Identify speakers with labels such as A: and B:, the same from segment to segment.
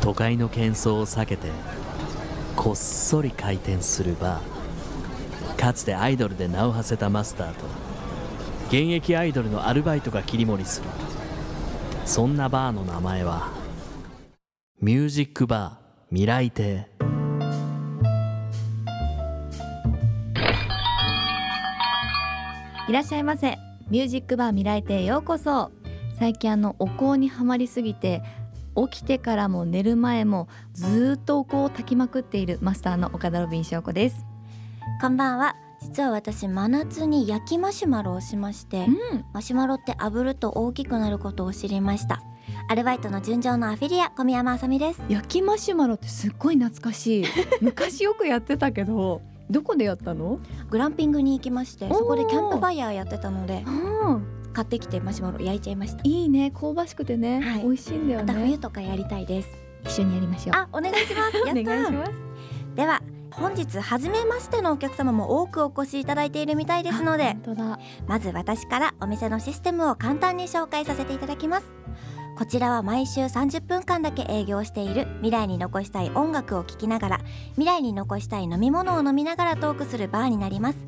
A: 都会の喧騒を避けてこっそり開店するバーかつてアイドルで名を馳せたマスターと現役アイドルのアルバイトが切り盛りするそんなバーの名前はミュージックバー未来亭
B: いらっしゃいませミュージックバー未来亭へようこそ最近あのお香にはまりすぎて起きてからも寝る前もずーっとお香を炊きまくっているマスターの岡田ロビン翔子です
C: こんばんは。実は私真夏に焼きマシュマロをしまして
B: ん
C: マシュマロって炙ると大きくなることを知りましたアルバイトの純情のアフィリア小宮山あさみです
B: 焼きマシュマロってすっごい懐か しい昔よくやってたけどどこでやったの
C: グランピングに行きまして
B: おー
C: そこでキャンプファイヤーやってたので
B: うん
C: 買ってきてマシュマロ焼いちゃいました
B: いいね香ばしくてね、
C: はい
B: 美味しいんだよ
C: また冬
B: ね
C: とかやりたいです
B: 一緒にやりましょう
C: あお願いします や
B: お
C: った
B: 願いします
C: では本日初めましてのお客様も多くお越しいただいているみたいですので
B: あ本当だ
C: まず私からお店のシステムを簡単に紹介させていただきますこちらは毎週30分間だけ営業している未来に残したい音楽を聴きながら未来に残したい飲み物を飲みながらトークするバーになります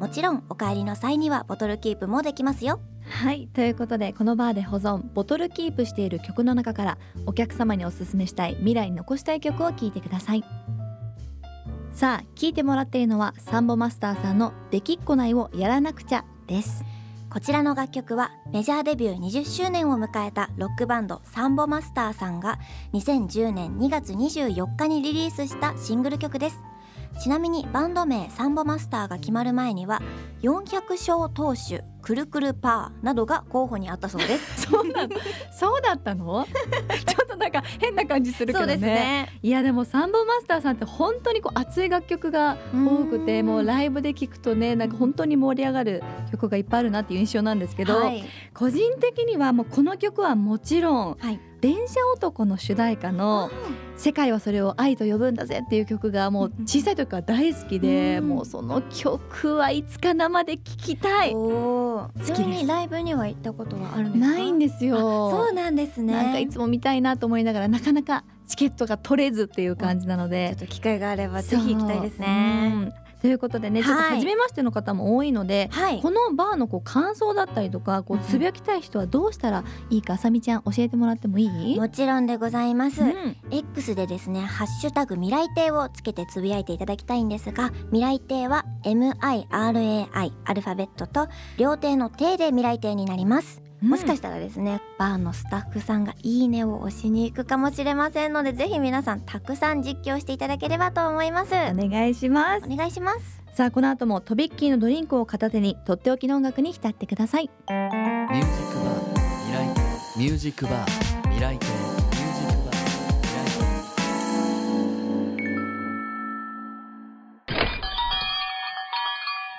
C: もちろんお帰りの際にはボトルキープもできますよ
B: はいということでこのバーで保存ボトルキープしている曲の中からお客様におすすめしたい未来に残したい曲を聴いてくださいさあ聴いてもらっているのはサンボマスターさんの「できっこないをやらなくちゃ」です
C: こちらの楽曲はメジャーデビュー20周年を迎えたロックバンドサンボマスターさんが2010年2月24日にリリースしたシングル曲ですちなみにバンド名サンボマスターが決まる前には400勝投手くるくるパーなどが候補にあったそうです
B: そうなの そうだったの ちょっとなんか変な感じするけどね
C: ね
B: いやでもサンボマスターさんって本当にこう熱い楽曲が多くてもうライブで聴くとねなんか本当に盛り上がる曲がいっぱいあるなっていう印象なんですけど、
C: はい
B: 個人的にはもうこの曲はもちろん
C: はい
B: 「電車男」の主題歌の「世界はそれを愛と呼ぶんだぜ」っていう曲がもう小さい時から大好きで
C: うん
B: もうその曲はいつか生で聴きたい
C: おー
B: きで
C: ち
B: す
C: なみにライブには行ったことはあるんですか
B: ないんですよ。
C: あそうなんですね
B: なんかいつも見たいなと思いながらなかなかチケットが取れずっていう感じなの
C: ちょ
B: で
C: っと機会があればぜひ行きたいです
B: そう
C: ね
B: うんということでねちょっと
C: はい
B: 初めましての方も多いので、
C: はい
B: このバーのこう感想だったりとかこう
C: うん
B: つぶやきたい人はどうしたらいいかあさみちゃん教えてもらってもいい、
C: もちろんでございます、
B: うん、
C: X でですね「ハッシュタグ未来亭」をつけてつぶやいていただきたいんですが未来亭は MIRAI アルファベットと両亭の亭で未来亭になります、もしか
B: し
C: したらですねバーのスタッフさんが「いいね」を押しに行くかもしれませんのでぜひ皆さんたくさん実況していただければと思います
B: お願いします
C: お願いします
B: さあこの後もとびっきりのドリンクを片手にとっておきの音楽に浸ってください
A: ミュージックバー未来亭ミュージックバー未来亭ミュージックバー未来亭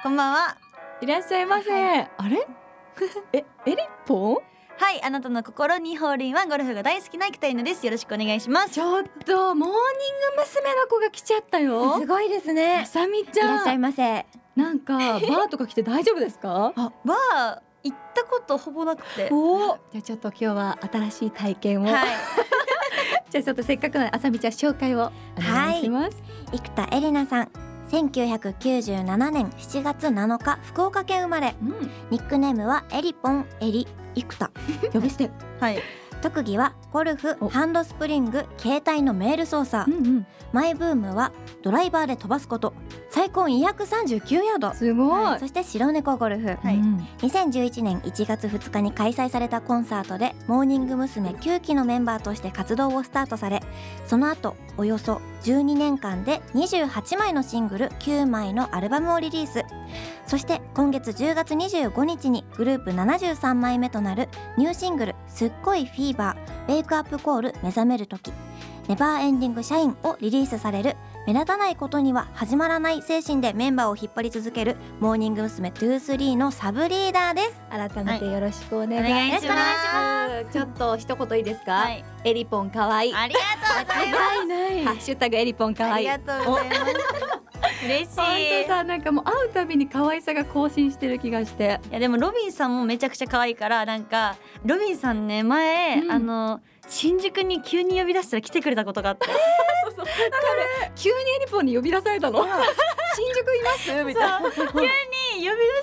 D: こんばんは。
B: いらっしゃいませ、あれ えエリポン
D: はい、あなたの心にホールインワンゴルフが大好きな生田ゆなです。よろしくお願いします。
B: ちょっとモーニング娘。の子が来ちゃったよ
C: ごいです
B: あ
C: ね
B: さみち
C: いらっ
B: ゃ
C: しゃい
B: ん
C: ませ
B: なんかバーとか来て大丈夫ですか
D: あ、バー行ったことほぼなくて。
B: おおじゃあちょっと今日は新しい体験を、
D: はい。
B: じゃあちょっとせっかくなのであさみちゃん紹介をお願いします、
C: 生田絵梨奈さん1997年7月7日福岡県生まれ
B: うん
C: ニックネームはエリポンエリ生田
B: 呼び捨て
D: はい。
C: 特技はゴルフ
B: お
C: ハンドスプリング携帯のメール操作
B: んうん
C: マイブームはドライバーで飛ばすこと最高239ヤード
B: すごい、
C: そして白猫ゴルフ
D: はい
B: うん
C: 2011年1月2日に開催されたコンサートでモーニング娘。9期のメンバーとして活動をスタートされその後およそ12年間で28枚のシングル9枚のアルバムをリリースそして今月10月25日にグループ73枚目となるニューシングル「すっごいフィーバー」「ウェイクアップコール目覚める時」「ネバーエンディングシャイン」をリリースされる目立たないことには始まらない精神でメンバーを引っ張り続けるモーニング娘。23のサブリーダーです
B: 改めてよろしくお願
D: はい
B: いし
D: お
B: ま
D: 願
B: すちょっと一言いいですか、
D: はい。
B: エリポン可愛い
D: ありがとうございます。
B: ハッシュタグエリポン可
D: あ
B: 愛
D: り
B: い
D: がとうございます。
C: 嬉しい
B: 本当さなんかもう会うたびに可愛さが更新してる気がして
C: いやでもロビンさんもめちゃくちゃ可愛いからなんかロビンさんね前、
B: うん
C: あの新宿に急に呼び出したら来てくれたことがあって
B: 急にエリポンに呼び出されたの新宿いますみたいな
C: 急に呼び出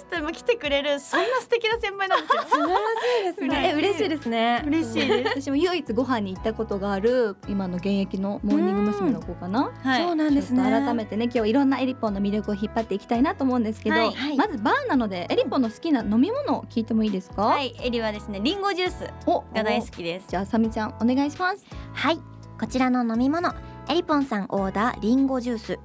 C: したら来てくれるそんな素敵な先輩なんですよ
E: 晴らしいですね。え嬉しいですね。
C: 嬉しいです、
B: 私も唯一ご飯に行ったことがある今の現役のモーニング娘。の子かな
C: はい、
E: そうなんですね。
B: ちょっと改めてね今日いろんなエリポンの魅力を引っ張っていきたいなと思うんですけど、
C: はい
E: はい
B: まずバーなのでエリポンの好きな飲み物を聞いてもいいですか、
C: はい、エリはですねリンゴジュース
B: お
C: が大好きです
B: じゃあさみちゃんお願いします
E: はいこちらの飲み物エリポンさんオーダーリンゴジュース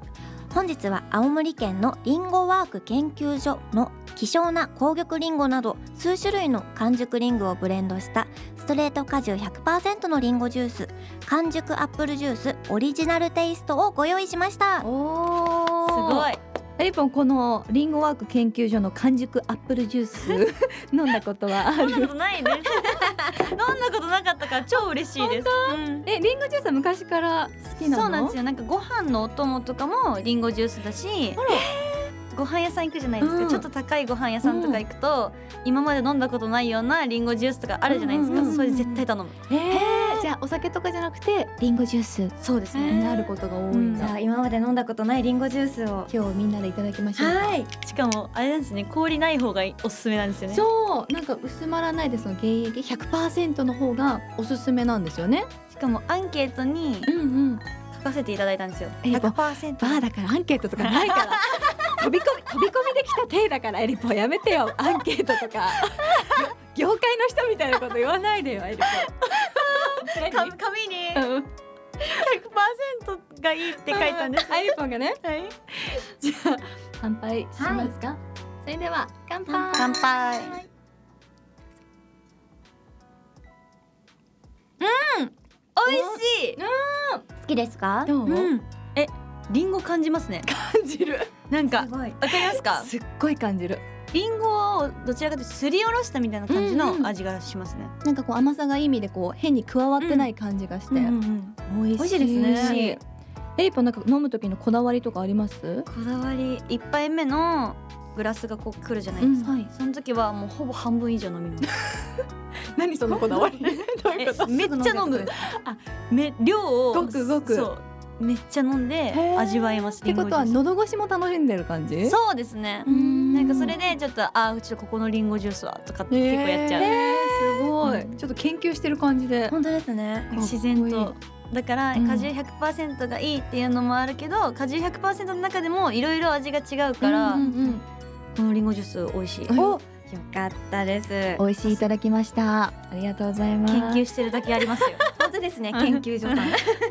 E: 本日は青森県のリンゴワーク研究所の希少な紅玉リンゴなど数種類の完熟リンゴをブレンドしたストレート果汁100%のリンゴジュース完熟アップルジュースオリジナルテイストをご用意しました
B: お
C: すご
B: い
C: い
B: エリポンこのリンゴワーク研究所の完熟アップルジュース 飲んだことはあ
C: 飲んだこ
B: る
C: とない です飲んだことなかったから超嬉しいですうん
B: えリンゴジュースは昔から好きなの
C: そうなんですよなんかご飯のお供とかもリンゴジュースだしご飯屋さん行くじゃないですか、
B: うん
C: ちょっと高いご飯屋さんとか行くと、今まで飲んだことないようなリンゴジュースとかあるじゃないですか、
B: うんうんうんうん
C: それ絶対頼む
B: えー、じゃあお酒とかじゃなくてリンゴジュース
C: そうです
B: になることが多いんだ、
C: う
E: 今まで飲んだことないリンゴジュースを
B: 今日みんなでいただきましょう
E: はい
C: しかもあれなんですね氷ない方がおすすめなんですよね
B: そうなんか薄まらないでその原液100%の方がおすすめなんですよね
C: しかもアンケートに
B: うんうん
C: 書かせていただいたんですよ
B: えば
C: 100%
B: バーだからアンケートとかないから 飛び込み飛び込みできた体だからエリポやめて よアンケートとか業界の人みたいなこと言わないでよエリポ
C: か
B: 何
C: 紙に
B: うん
C: 100%がいいって書いたん です、
B: エリポがね
C: はい
B: じゃあ乾杯しますか、それでは乾杯
C: 乾杯うん美味しい
E: 好きですか
B: どう、
C: うん、え、リンゴ感じますね。
B: 感じる
C: なんか、わ
E: すごい
C: かりますか。
B: すっごい感じる
C: リンゴをどちらかというとすりおろしたみたいな感じ
B: うんうん
C: の味がしますね。
B: なんかこう甘さがいい意味でこう変に加わってない感じがして、
C: うんうん
B: 美
E: 美味しいですね
B: エリポなんか飲む時のこだわりとかあります
C: こだわり一杯目のグラスがこう来るじゃないですか。
B: うん
C: はい、その時はもうほぼ半分以上飲みます。
B: 何そのこだわり どう
C: えめっちゃ飲む。あ、 め量を
B: ごくごく
C: そうめっちちゃ飲んで
B: ー
C: 味わえます。
B: って
C: リンゴ
B: ことは
C: ジュー
B: 喉越しも楽しんでる感じ
C: スそうですね。
B: ん
C: なんかそれでちょっとあーちょっとここのリンゴジュースはとかって結構やっちゃう。
B: えーすごい、
C: う
B: ちょっと研究してる感じで
E: 本当ですね
B: かっこいい
C: 自然とだから
B: うん
C: 果汁100%がいいっていうのもあるけど、果汁100%の中でもいろいろ味が違うから、
B: うんうんうん
C: このリンゴジュース美味しい、
B: お
C: よかったです
B: 美味しいいただきましたありがとうございます
C: 研究してるだけあり ますよ
E: 本当ですね研究所さん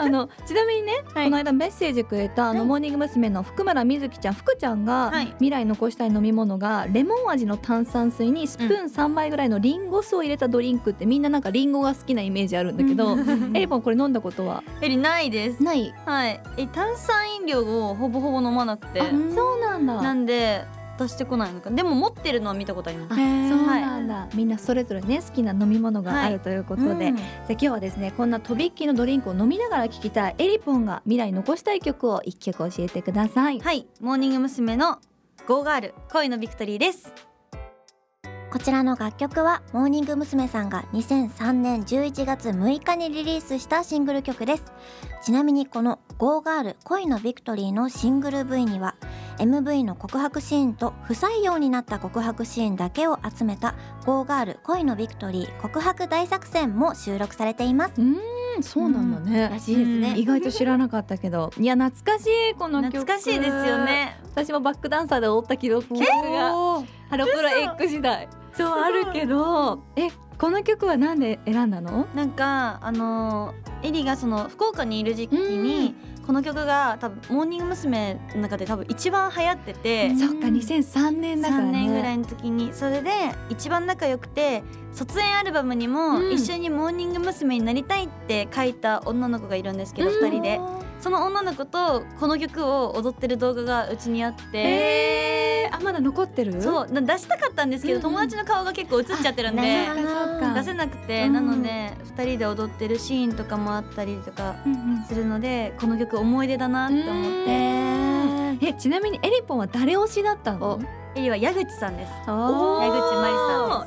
B: あのちなみにね、
C: はい
B: この間メッセージくれたあの、
C: はい
B: モーニング娘。の福村みずきちゃん福ちゃんが、
C: はい
B: 未来残したい飲み物がレモン味の炭酸水にスプーン3杯ぐらいのリンゴ酢を入れたドリンクってみんななんかリンゴが好きなイメージあるんだけど、エリポンこれ飲んだことは
C: えりないです
B: ない
C: はいえ炭酸飲料をほぼほぼ飲まなくて
B: あそうなんだ
C: なんで出してこないのかでも持ってるのは見たことありま
B: あ
C: す
B: そうなんだ、みんなそれぞれね好きな飲み物があ
C: は
B: る
C: い
B: ということで、じゃあ今日はですねこんなとびっきりのドリンクを飲みながら聴きたいエリポンが未来残したい曲を一曲教えてください。
C: はいモーニング娘。のゴーガール恋のビクトリーです
E: こちらの楽曲はモーニング娘。さんが2003年11月6日にリリースしたシングル曲ですちなみにこの「Go Girl 恋のビクトリー」のシングル V には MV の告白シーンと不採用になった告白シーンだけを集めた「Go Girl 恋のビクトリー告白大作戦」も収録されています
B: うんそうなんだね、
E: しいですね
B: 意外と知らなかったけ どいや懐かしいこの曲
C: 懐かしいですよね
B: 私もバックダンサーで踊った記憶がハロプロ X 時代そうあるけどえこの曲はなんで選んだの
C: なんかあのーエリがその福岡にいる時期
B: うん
C: にこの曲が多分モーニング娘。の中で多分一番流行ってて
B: そっか2003年だからね
C: 3年ぐらいの時にそれで一番仲良くて卒園アルバムにも
B: うん
C: 一緒にモーニング娘。になりたいって書いた女の子がいるんですけど
B: うん
C: 2人でその女の子とこの曲を踊ってる動画がうちにあって
B: ええー、あまだ残ってるう
C: そうな出したかったんですけど、
B: うんうん
C: 友達の顔が結構映っちゃってるんで
E: あ
B: そうかそうか
C: 出せなくて、
B: うん
C: なので2人で踊ってるシーンとかもあったりとか
B: うんうん
C: するのでこの曲思い出だなって思って
B: えー、えちなみにエリポンは誰推しだったの
C: おエリは矢口さんです
B: お
C: 矢口真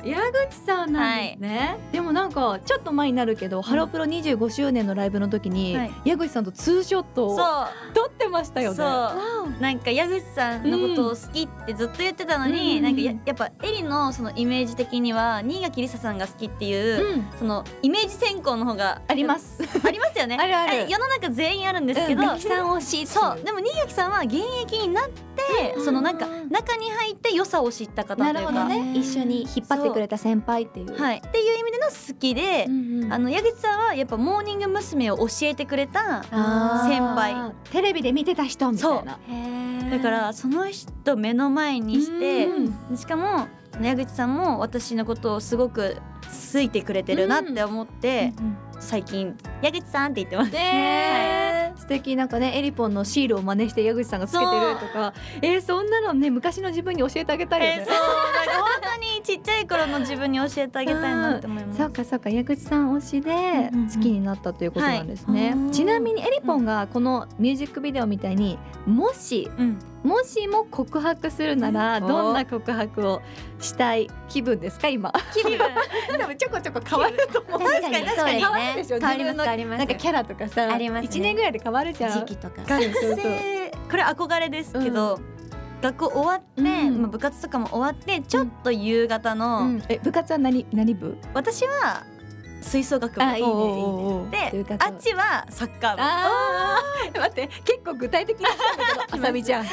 B: 理さん矢口さんなんですね、でもなんかちょっと前になるけど、ハロプロ25周年のライブの時に、
C: はい
B: 矢口さんとツーショット
C: そ
B: を
C: う
B: 撮ってましたよね
C: そうなんか矢口さんのことを好きってずっと言ってたのに、
B: うん
C: なんかややっぱエリのそのイメージ的には新垣梨沙さんが好きってい
B: う
C: う、
B: ん
C: そのイメージ選考の方が
B: あります
C: ありますよね
B: あるある
C: れ世の中全員あるんですけど、
B: うん劇さん推し
C: そううでも新垣さんは現役になって、
E: うん
C: そのなんか中に入って良さを知った方とい
B: な
C: う
B: る
C: か
B: ほどね
E: 一緒に
B: 引っ張ってくれた先輩っていう
C: はい、っていう意味での好きで、
B: うんうん
C: あの矢口さんはやっぱモーニング娘。を教えてくれた
B: あー
C: 先輩
B: テレビで見てた人みたいな
C: だからその人目の前にして
B: うん
C: しかも矢口さんも私のことをすごく好いてくれてるなって思って、最近「矢口さん」って言ってます。
B: ねえ素敵なんかねエリポンのシールを真似して矢口さんがつけてるとかえー、そんなのね昔の自分に教えてあげたいよ
C: え
B: ね
C: ー、そうなんか本当にちっちゃい頃の自分に教えてあげたいなって思います。
B: そうかそうか矢口さん推しで
C: うんうんうん
B: 好きになったということなんですね、
E: はい
B: ちなみにエリポンがこのミュージックビデオみたいにもし
C: うん、
B: もしも告白するなら
C: お
B: どんな告白をしたい気分ですか 今
C: 気分
B: 多分ちょこちょこ変わると思う
E: 確かに確かに
B: 変わるでしょ
E: 変わります
B: 自分の
E: 変わります
B: なんかキャラとかさ
E: ありますね
B: 1年ぐらいで変わるじゃん
E: 時期とか
B: わかるそうそう
C: でこれ憧れですけど、学校終わっ
B: う
C: て、
B: ん
C: まあ、部活とかも終わってちょっと夕方の、
B: うんえ部活は何何部
C: 私は吹奏楽部
B: あいいねいいね
C: で
B: 部活
C: あっちはサッカー
B: あー待って結構具体的にしたん だけどあさみちゃん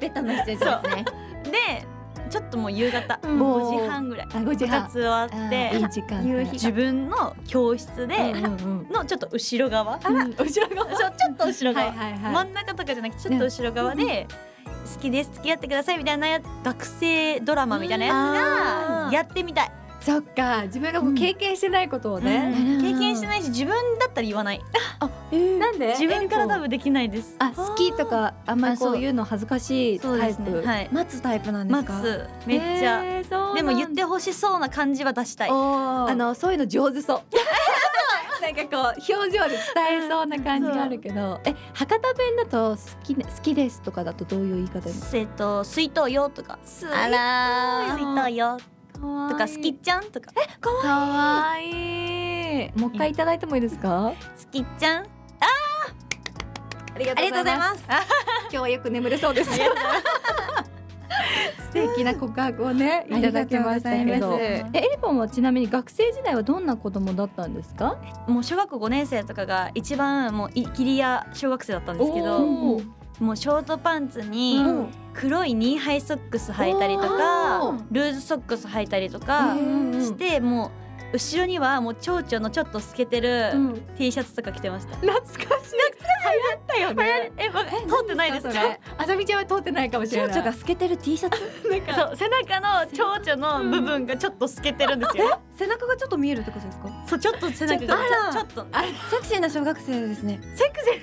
E: ベタな人ですね
C: 部でちょっともう夕方、
B: うん
C: 5時半ぐらい
B: あご時
C: 部
B: 半
C: 活終わって
B: あーいい時間
E: 夕日
C: 自分の教室で、
B: うんうんうん
C: のちょっと後ろ側
B: あら、後ろ側。
C: そうちょっと後ろ側、
B: はい
C: 真ん中とかじゃなくてちょっと後ろ側で「好きです付き合ってください」みたいなや学生ドラマみたいなやつ
E: うん
C: がやってみたい、
B: そっか、自分がこう経験してないことをね。
C: うん
E: なるほ
C: 経
E: ど
C: 験してないし自分だったら言わない
B: なんで
C: 自分から多。分できないです
B: あ、好きとか、あんまりこういうの恥ずかしい
C: そう
B: タ
C: で
B: イ
C: すね
B: プ。
C: はい
E: 待つタイプなんです
C: 待
E: か
C: つめっちゃ、
B: へー。そうなんだ
C: でも言って。ほしそうな感じは出したい
E: お
B: あの、そういうの上手 そう。なんかこう表情で伝えそうな感じがあるけど、え、博多弁だと好きね好きですとかだとどういう言い方です
C: えっと水筒よとか水
E: あら
C: 筒よ
B: か？
C: とか好きちゃんとか好
B: 可愛いい。もう一回いただいてもいいですか？
C: きちゃ
B: あ
C: ん
B: りが
E: ありがとうございます
B: 今日はよく眠れそうです。 素敵な告白をね、いただきましたけど。え、エリポンはちなみに学生時代はどんな子供だったんですか。
C: もう小学校5年生とかが一番もういキリヤ小学生だったんですけど
B: おー
C: もうショートパンツに
B: うん
C: 黒いニーハイソックス履いたりと
B: お
C: か
B: ー
C: ルーズソックス履いたりと
B: う
C: か
B: んうん
C: してもう後ろにはもう蝶々のちょっと透けてる
B: うん
C: T シャツとか着てました。
B: 懐かしい。流行ったよね。
C: え、わ通ってないで
B: そ
C: す
B: れ
C: か？。
B: あさみちゃんは通ってないかもし
E: 情
B: れ
E: 緒
B: ない。
E: が透けてる T シャ ツ
B: なんか
C: そう背中の蝶々の部分がちょっと透けてるんですよ。
E: 背中がちょっと見えるってことですか
C: そうちょっと背中が
E: ち
C: ち
E: ょっと
C: ょちょっと
E: あセクシーな小学生ですね
C: セクシ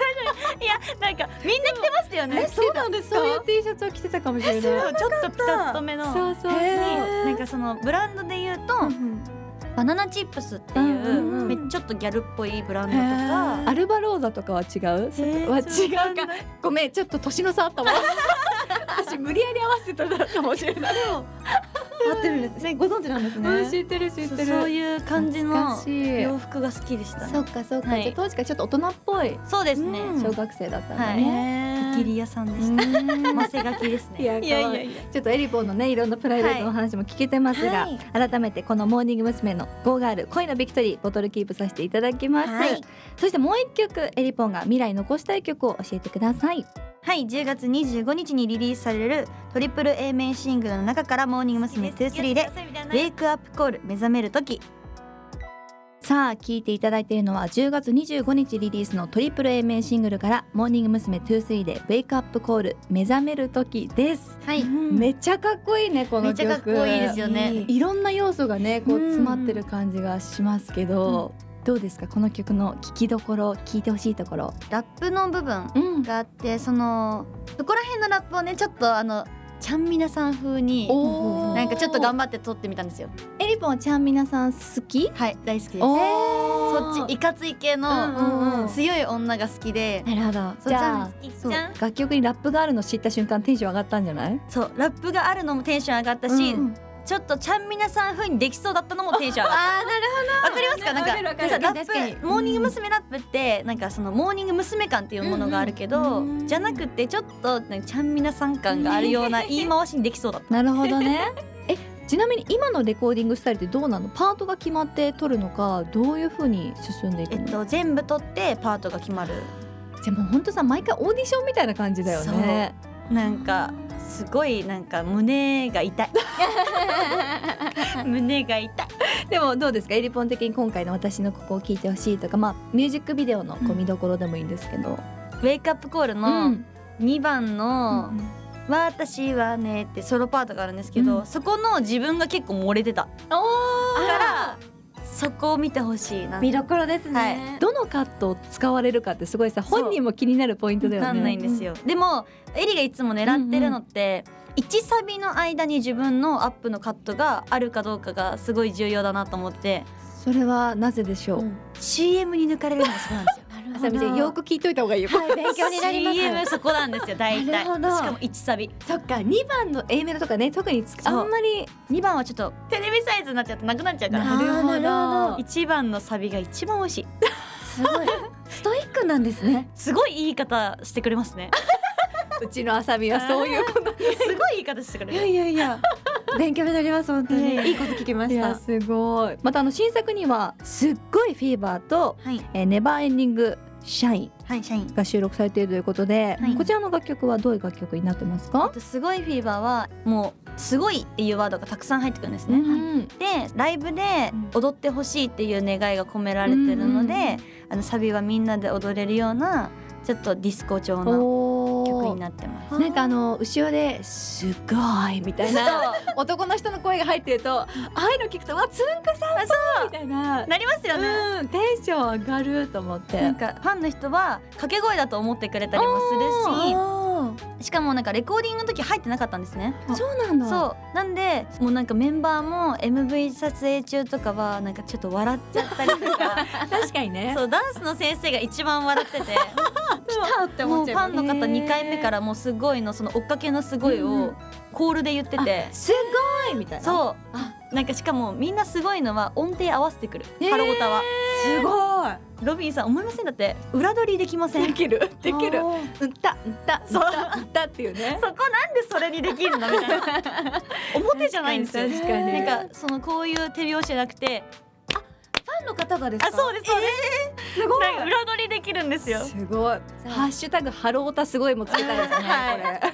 C: ーないやなんかみんな着てましたよね。
B: えそうなんですか。そういう T シャツを着てたかもしれない。
C: そ
B: そうう
C: ちょっとピタッと目の
B: そ
C: に
B: うそう。
C: なんかそのブランドで言うとバナナチップスっていう
B: うんうんうん
C: めっちゃちょっとギャルっぽいブランドとか。
B: アルバローザとかは違う？
C: えー
B: は違うか。ごめんちょっと年の差あ ったわ私無理やり合わせたかもしれない
E: 合ってるんですねご存知なんです
B: うん知ってる知って
C: そう
B: る
C: そういう感じの
B: 懐かしい
C: 洋服が好きでした。
B: そっかそっか、
C: はい
B: じゃあ当時からちょっと大人っぽい
C: そうですね。
E: うん
B: 小学生だったんだ
C: はい。
B: ね、
C: ギリ屋さんでした。マセガキですね。
B: いや可愛い
C: や。
B: ちょっとエリボーのねいろんなプライベートのお話も聞けてますが、
E: はい
B: 改めてこの「モーニング娘。」の「ゴーガール恋のビクトリー」ボトルキープさせていただきます、
E: はい
B: そしてもう一曲エリポンが未来残したい曲を教えてください
C: はい、10月25日にリリースされるトリプル A 面シングルの中からモーニング娘。23で「ウェイクアップコール目覚める時
B: さあ聞いていただいているのは10月25日リリースのトリプル A 面シングルから「モーニング娘。23」で「ウェイクアップコール目覚める時」です、
E: はい
B: めっちゃかっこいいねこ
C: め
B: の
C: っち
B: 曲
C: ゃかっこいいですよね。
B: いろんな要素がねこう
C: うん
B: 詰まってる感じがしますけど、どうですかこの曲の聴きどころ聴いてほしいところ
C: ラップの部分
B: うん
C: があってそのそこら辺のラップをねちょっとあのちゃんみなさん風に
B: おー
C: なんかちょっと頑張って撮ってみたんですよ
B: えりぽんはちゃんみなさん好き
C: はい大好きです
B: お
C: そっちいかつい系
B: うんうんうん
C: の強い女が好きで
B: なるほど
C: そう
B: じゃあ
C: ちゃん
B: そう
C: ちゃん
B: 楽曲にラップがあるの知った瞬間テンション上がったんじゃない
C: そうラップがあるのもテンション上がったし、
B: うん
C: ちょっとちゃんみなさん風にできそうだったのもテンション上がった
B: あーなる
C: わかりますかなんか
B: わかるわかる
C: さラ
B: 確かに
C: ッ
B: 確か
C: プ
B: に
C: モーニング娘。ラップってなんかそのモーニング娘。感っていうものがあるけど、
B: うんうん
C: じゃなくてちょっとなんかちゃんみなさん感があるような言い回しにできそうだった
B: なるほどねえちなみに今のレコーディングスタイルってどうなのパートが決まって撮るのかどういう風に進んでいく
C: え
B: の、
C: っと全部取ってパートが決まる
B: じゃあもうほんとさ毎回オーディションみたいな感じだよね
C: なんかすごいなんか胸が 痛い胸が痛い
B: でもどうですかエリポン的に今回の「私のここを聞いてほしい」とかまあミュージックビデオのこう見どころでもいいんですけど、
C: ウェイクアップコール
B: う
C: の
B: ん
C: 2番の
B: うん
C: 「私はね」ってソロパートがあるんですけど、
B: うん
C: そこの自分が結構漏れてたからそこを見てほしいな
E: 見どころですね、
C: は
B: どのカットを使われるかってすごいさ本人も気になるポイントだよ
C: わ
B: ね。
C: かんないんですよ、でもエリがいつも狙ってるのって、1サビの間に自分のアップのカットがあるかどうかがすごい重要だなと 思って
B: それはなぜでしょう。
C: CM に抜かれるのがそうなんですよ
E: なる
B: あさみちゃんよく聞いといた方がいいよ。
E: はい勉強になります
C: CM そこなんですよ大体
E: な
C: し
E: る
C: か
E: ほど
C: も1サビ
B: そっか2番の A メロとかね特につあ
C: そうん
B: まり
C: 2番はちょっとテレビサイズになっちゃってなくなっちゃうから
E: なるほど
C: 1番のサビが一番美味しい
E: すご いストイックなんですね
C: すごい言い方してくれますね
B: うちのあさみはそういうこと
C: すごい言い方してくれ
E: いや
C: る
E: いやいや勉強になります本当
C: いやいや
E: にいいこと聞きま
B: い
E: した
B: やすごいまたあの新作にはすっごいフィーバーと、
C: はい
B: えーネバーエンディングシャイ
C: はい社員
B: ンが収録されているということで、
C: はい
B: こちらの楽曲はどういう楽曲になってます
C: あ
B: か、
C: とすごいフィーバーはもうすごいっていうワードがたくさん入ってくるんです
B: う
C: ね、
B: ん、
C: でライブで踊ってほしいっていう願いが込められてるので、
B: うんうんうん
C: あのサビはみんなで踊れるようなちょっとディスコ調な
B: お
C: 曲に
B: ー
C: なってます。
B: なんかあの後ろですごいみたいな男の人の声が入ってるとああいうの聞くとわつんくさんそうみたいな
C: なりますよね。
B: うんテンション上がると思って
C: なんかファンの人は掛け声だと思ってくれたりもす
E: おー
C: るししかもなんかレコーディングの時入ってなかったんですね
E: そうなんだ
C: そうなんでもうなんかメンバーも MV 撮影中とかはなんかちょっと笑っちゃったりとか
B: 確かにね
C: そうダンスの先生が一番笑ってて
E: 来たって
C: も
E: 思
C: う
E: っち
C: フ
E: ゃ
C: ァ
E: う
C: ンの方
B: えー
C: 2回目からもうすごいのその追っかけのすごい
B: うんう
C: を
B: ん
C: コールで言ってて、
B: すごいみたいなう
C: そうなんかしかもみんなすごいのは音程合わせてくる、
B: えー
C: ハロボタは
E: すごい
C: ロビンさん思いませんだって裏取りできません
B: できるできる
E: あ
B: うんたうんた
C: そう
B: うんたっていうね
C: そこなんでそれにできるのみたいな 表じゃないんですよ
B: 確かに確かに
C: なんかそのこういう手拍子じゃなくて
E: ファンの方がですか
C: あそうですそうです、
E: すごい
C: なんか裏取りできるんですよ
B: すごい
E: じゃあ
B: ハッシュタグハロータすごいもつけたいですね、
C: はい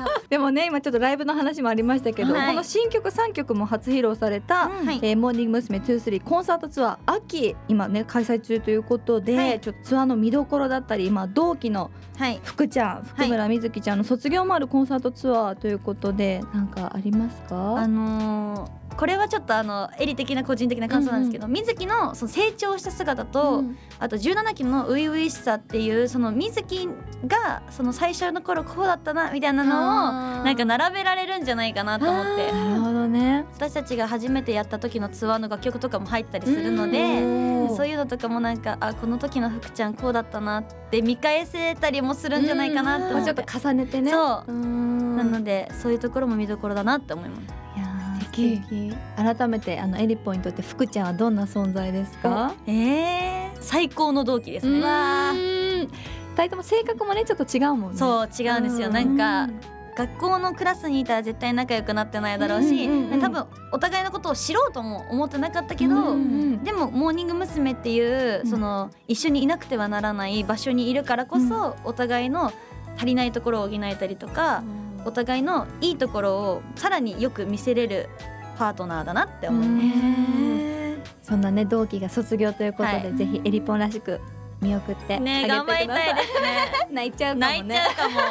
B: これでもね今ちょっとライブの話もありましたけど、
C: はい
B: この新曲3曲も初披露された、
C: うんはい
B: えーモーニング娘。23コンサートツアー秋今ね開催中ということで、
C: はい
B: ちょっとツアーの見どころだったり今同期の
C: はい
B: 福ちゃん福村みずきちゃんの卒業もあるコンサートツアーということでなんかあります
C: あ
B: か
C: のーこれはちょっとあのエリ的な個人的な感想なんですけど、水木のその成長した姿と、
B: うん
C: あと17期の「初々しさ」っていうその水木がその最初の頃こうだったなみたいなのを
E: あー
C: なんか並べられるんじゃないかなと思って
B: なるほどね
C: 私たちが初めてやった時のツアーの楽曲とかも入ったりするので。そういうのとかもなんかあこの時の福ちゃんこうだったなって見返せたりもするんじゃないかなと
B: もう
C: 思
B: ち
C: っ
B: ょってと重ねてね
C: そううんなのでそういうところも見どころだなって思います
B: いやー素
E: 敵
B: 敵改めてあのエリポにとって福ちゃんはどんな存在ですか
C: えー、最高の同期ですね
B: わー二人とも性格もねちょっと違うもんね
C: そう違うんですよなんか
B: うん
C: 学校のクラスにいたら絶対仲良くなってないだろうし、
B: うんうんうん
C: 多分お互いのことを知ろうとも思ってなかったけど、
B: うんうん
C: でもモーニング娘。っていう、
B: うん
C: その一緒にいなくてはならない場所にいるからこそ、お互いの足りないところを補えたりとか、お互いのいいところをさらによく見せれるパートナーだなって思います。
B: へーそんなね同期が卒業ということで、
C: はい
B: ぜひエリポンらしく見送ってあげ
C: ね
B: て
C: え
B: くだ
C: 頑張
B: さい、
C: りたいです ね。
B: 泣いちゃうか
C: 泣
B: も
C: いち
B: ね
C: ゃうかも。
B: はい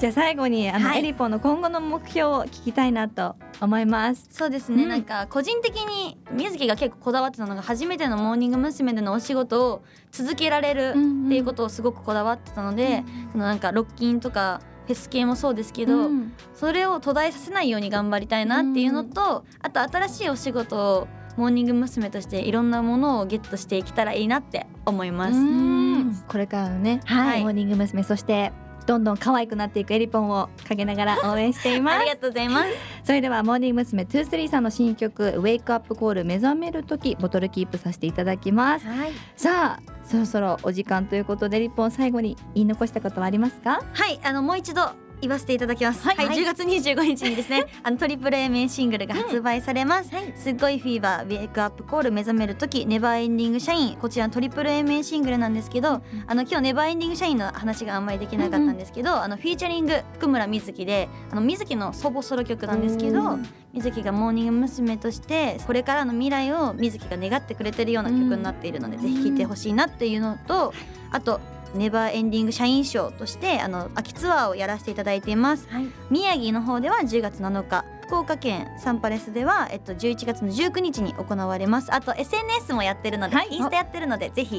B: じゃあ最後にあの、
C: はい
B: エリポンの今後の目標を聞きたいなと思います
C: そうですね、
B: うん
C: なんか個人的に水木が結構こだわってたのが初めてのモーニング娘。でのお仕事を続けられる
B: っ
C: っていうこととをすごくこだわってたので、そのなんかロッキンとか
F: フェス系もそうですけど、
B: うん
F: それを途絶えさせないように頑張りたいなっていうのと、あと新しいお仕事をモーニング娘。としていろんなものをゲットしていけたらいいなって思います。
B: うんこれからのね、
F: はい
B: モーニング娘。そしてどんどん可愛くなっていくエリポンを陰ながら応援していま
F: あ
B: す
F: りがとうございます。
B: それではモーニング娘。23さんの新曲「ウェイクアップコール目覚める時」ボトルキープさせていただきます
F: はい、
B: さあそろそろお時間ということでエリポン最後に言い残したことはありますか
F: あのもう一度言わせていただきます。はい、
C: はい
F: 10月25日にですね、あのトリプル A 面シングルが発売されます。
C: はい
F: すっごいフィーバー、ウェイクアップコール、目覚める時、ネバーエンディングシャイン、こちらのトリプル A 面シングルなんですけど、あの今日ネバーエンディングシャインの話があんまりできなかったんですけど、あのフィーチャリング福村みずきで、あのみずきの祖母ソロ曲なんですけ
B: う
F: ど
B: ん、
F: みずきがモーニング娘としてこれからの未来をみずきが願ってくれてるような曲になっているので、ぜひ聴いてほしいなっていうのと、あとネバーエンディング社員賞としてあの秋ツアーをやらせていただいています、
C: はい
F: 宮城の方では10月7日福岡県サンパレスでは、えっと、11月の19日に行われますあと SNS もやってるので、インスタやってるのでぜひ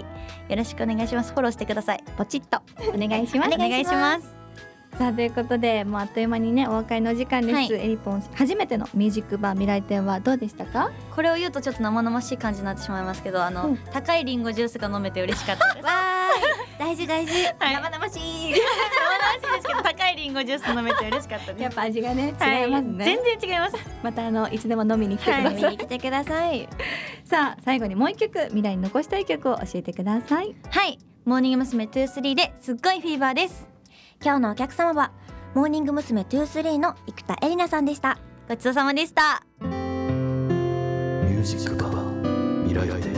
F: よろしくお願いしますフォローしてください
B: ポチッとお願いします
F: お願いします
B: さあということでもうあっという間にねお別れのお時間です、
F: はい
B: エリポン初めてのミュージックバー未来展はどうでしたか
F: これを言うとちょっと生々しい感じになってしまいますけどあの、
B: うん
F: 高いリンゴジュースが飲めて嬉しかったです
C: 大事大事、
F: 生々しい生々しいですけど高いリンゴジュース飲めて嬉しかったです
B: やっぱ味がね違い
F: はい
B: ますね、
F: 全然違います
B: またあのいつでも飲みに来てください、
C: 見に来てください
B: さあ最後にもう一曲未来に残したい曲を教えてください
F: はいモーニング娘。23ですっごいフィーバーです
C: 今日のお客様はモーニング娘。23の生田絵梨奈さんでした
F: ごちそうさまでした
A: ミュージックバー未来亭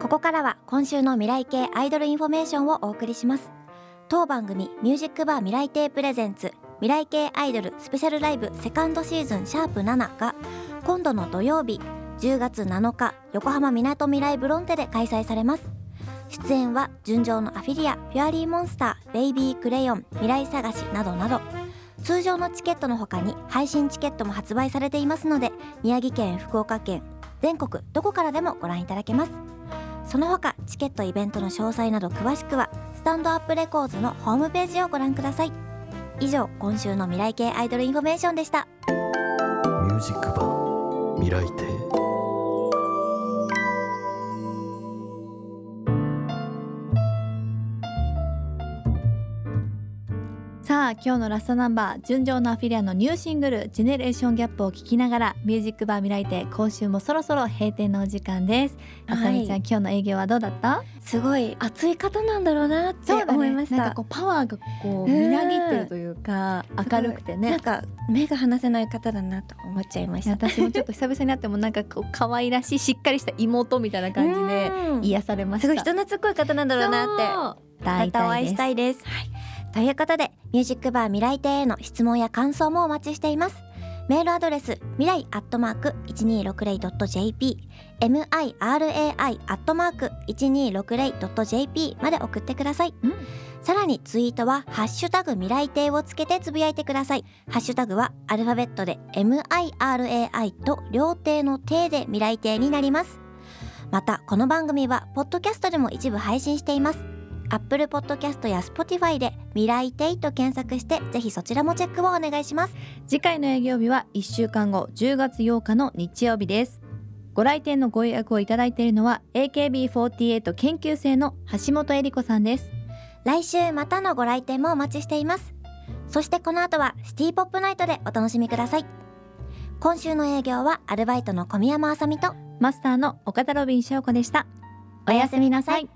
C: ここからは今週の未来系アイドルインフォメーションをお送りします当番組ミュージックバー未来亭プレゼンツ未来系アイドルスペシャルライブセカンドシーズンシャープ7が今度の土曜日10月7日横浜みなとみらいブロンテで開催されます出演は純情のアフィリアピュアリーモンスターベイビークレヨン未来探しなどなど通常のチケットの他に配信チケットも発売されていますので宮城県福岡県全国どこからでもご覧いただけますその他チケットイベントの詳細など詳しくはスタンドアップレコーズのホームページをご覧ください以上今週の未来系アイドルインフォメーションでした
A: ミュージックバー未来亭
B: さあ今日のラストナンバー純情のアフィリアのニューシングルジェネレーションギャップを聞きながらミュージックバー未来亭今週もそろそろ閉店のお時間ですあさみちゃん、
C: はい
B: 今日の営業はどうだった
C: すごい熱い方なんだろうなって思いました、
B: なんかこうパワーがこう
C: うん
B: みなぎってるというか明るくてね
C: なんか目が離せない方だなと思っちゃいま
B: い
C: し
B: や
C: た
B: 私もちょっと久々に会ってもなんかこう可愛らしいしっかりした妹みたいな感じで
C: うん
B: 癒されました
C: すごい人懐っこい方なんだろうなって
B: って大
C: またお会い
B: 体
C: し
B: です
C: たいです、はい、ということでミュージックバー未来亭への質問や感想もお待ちしていますメールアドレス未来アットマーク 1260.jp mirai アットマーク 1260.jp まで送ってください、
B: うん
C: さらにツイートはハッシュタグ未来亭をつけてつぶやいてくださいハッシュタグはアルファベットで mirai と両亭の亭で未来亭になりますまたこの番組はポッドキャストでも一部配信しています Apple Podcast や Spotify で「未来テイ」と検索してぜひそちらもチェックをお願いします
B: 次回の営業日は1週間後10月8日の日曜日ですご来店のご予約をいただいているのは AKB48 研究生の橋本恵理子さんです
C: 来週またのご来店もお待ちしていますそしてこの後はシティポップナイトでお楽しみください今週の営業はアルバイトの小宮山あさみと
B: マスターの岡田ロビン翔子でしたおやすみなさい